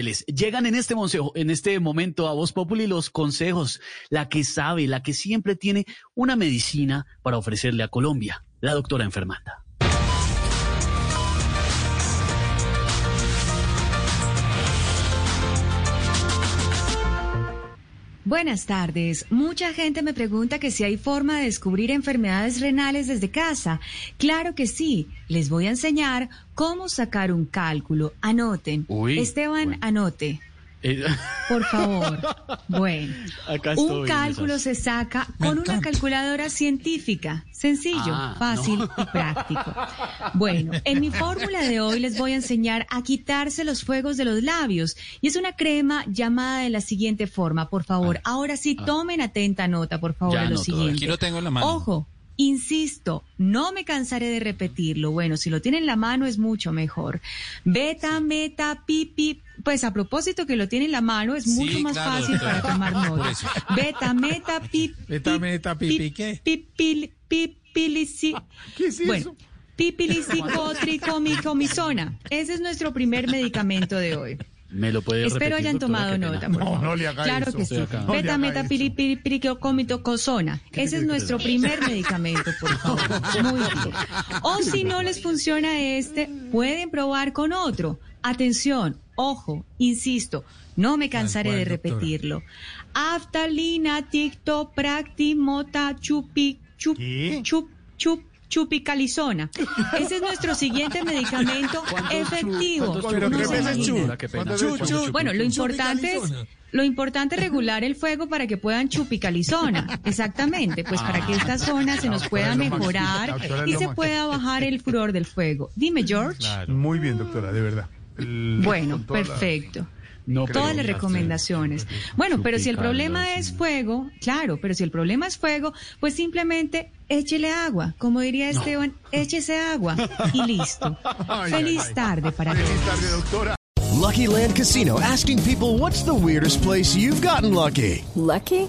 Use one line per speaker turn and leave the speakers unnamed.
Les llegan en este, monsejo, en este momento a Voz Populi los consejos, la que sabe, la que siempre tiene una medicina para ofrecerle a Colombia, la doctora Enfermanda.
Buenas tardes. Mucha gente me pregunta que si hay forma de descubrir enfermedades renales desde casa. Claro que sí. Les voy a enseñar cómo sacar un cálculo. Anoten.
Uy,
Esteban,
bueno.
anote.
Eh,
Por favor. Bueno.
Acá
Un
estoy,
cálculo
Lizas.
se saca con una calculadora científica. Sencillo,
Ah,
fácil
no.
y práctico. Bueno, en mi fórmula de hoy les voy a enseñar a quitarse los fuegos de los labios. Y es una crema llamada de la siguiente forma, por favor. Ahora sí, tomen atenta nota, por favor,
Ya
de lo
anoto,
siguiente.
aquí
lo tengo en la mano.
Ojo. Insisto, no me cansaré de repetirlo. Bueno, si lo tiene en la mano es mucho mejor. Beta, meta, pipi. Pues a propósito que lo tiene en la mano es
Sí,
mucho más
claro,
fácil
doctora.
para tomar
Por
nota.
eso.
Beta, meta, pip.
Beta,
pip,
meta,
pip,
pipi, ¿qué? Ah,
pipil- pipilici- Bueno, pipilicicotricomicomisona. Ese es nuestro primer medicamento de hoy.
me lo puede
Espero
repetir,
hayan
doctora,
tomado
qué pena.
nota. por favor.
no le haga
claro
eso.
que sí.
Estoy acá. No
Beta, meta, pili, pili, pili, queocómito, cosona. Ese es nuestro primer medicamento, por favor. Muy bien. O si no les funciona este, pueden probar con otro. Atención, ojo, insisto, no me cansaré
cual,
de
doctora.
repetirlo. Aftalina, ticto, practimota, chupi, chup, chup, chup. Chupicalizona. Ese es nuestro siguiente medicamento efectivo.
cuántos chupos?
No se
Tres veces
imaginan.
chu. Qué pena. Chu, chu, chu,
Bueno, lo importante es lo importante es regular el fuego para que puedan chupicalizona. Exactamente, pues para
Ah,
que esta zona se nos pueda mejorar y se pueda bajar el furor del fuego. Dime, George.
Muy bien, doctora, de verdad. El-
Bueno,
con toda la-
perfecto.
No, pero-
Todas las recomendaciones. Bueno, pero si el problema
Chupicalizona.
es fuego, claro, pero si el problema es fuego, pues simplemente échele agua. Como diría Esteban, échese agua y listo.
Ay, ay,
Feliz
ay.
tarde para todos.
Feliz tarde, doctora.
Lucky Land Casino asking people what's the weirdest place you've gotten lucky?
Lucky?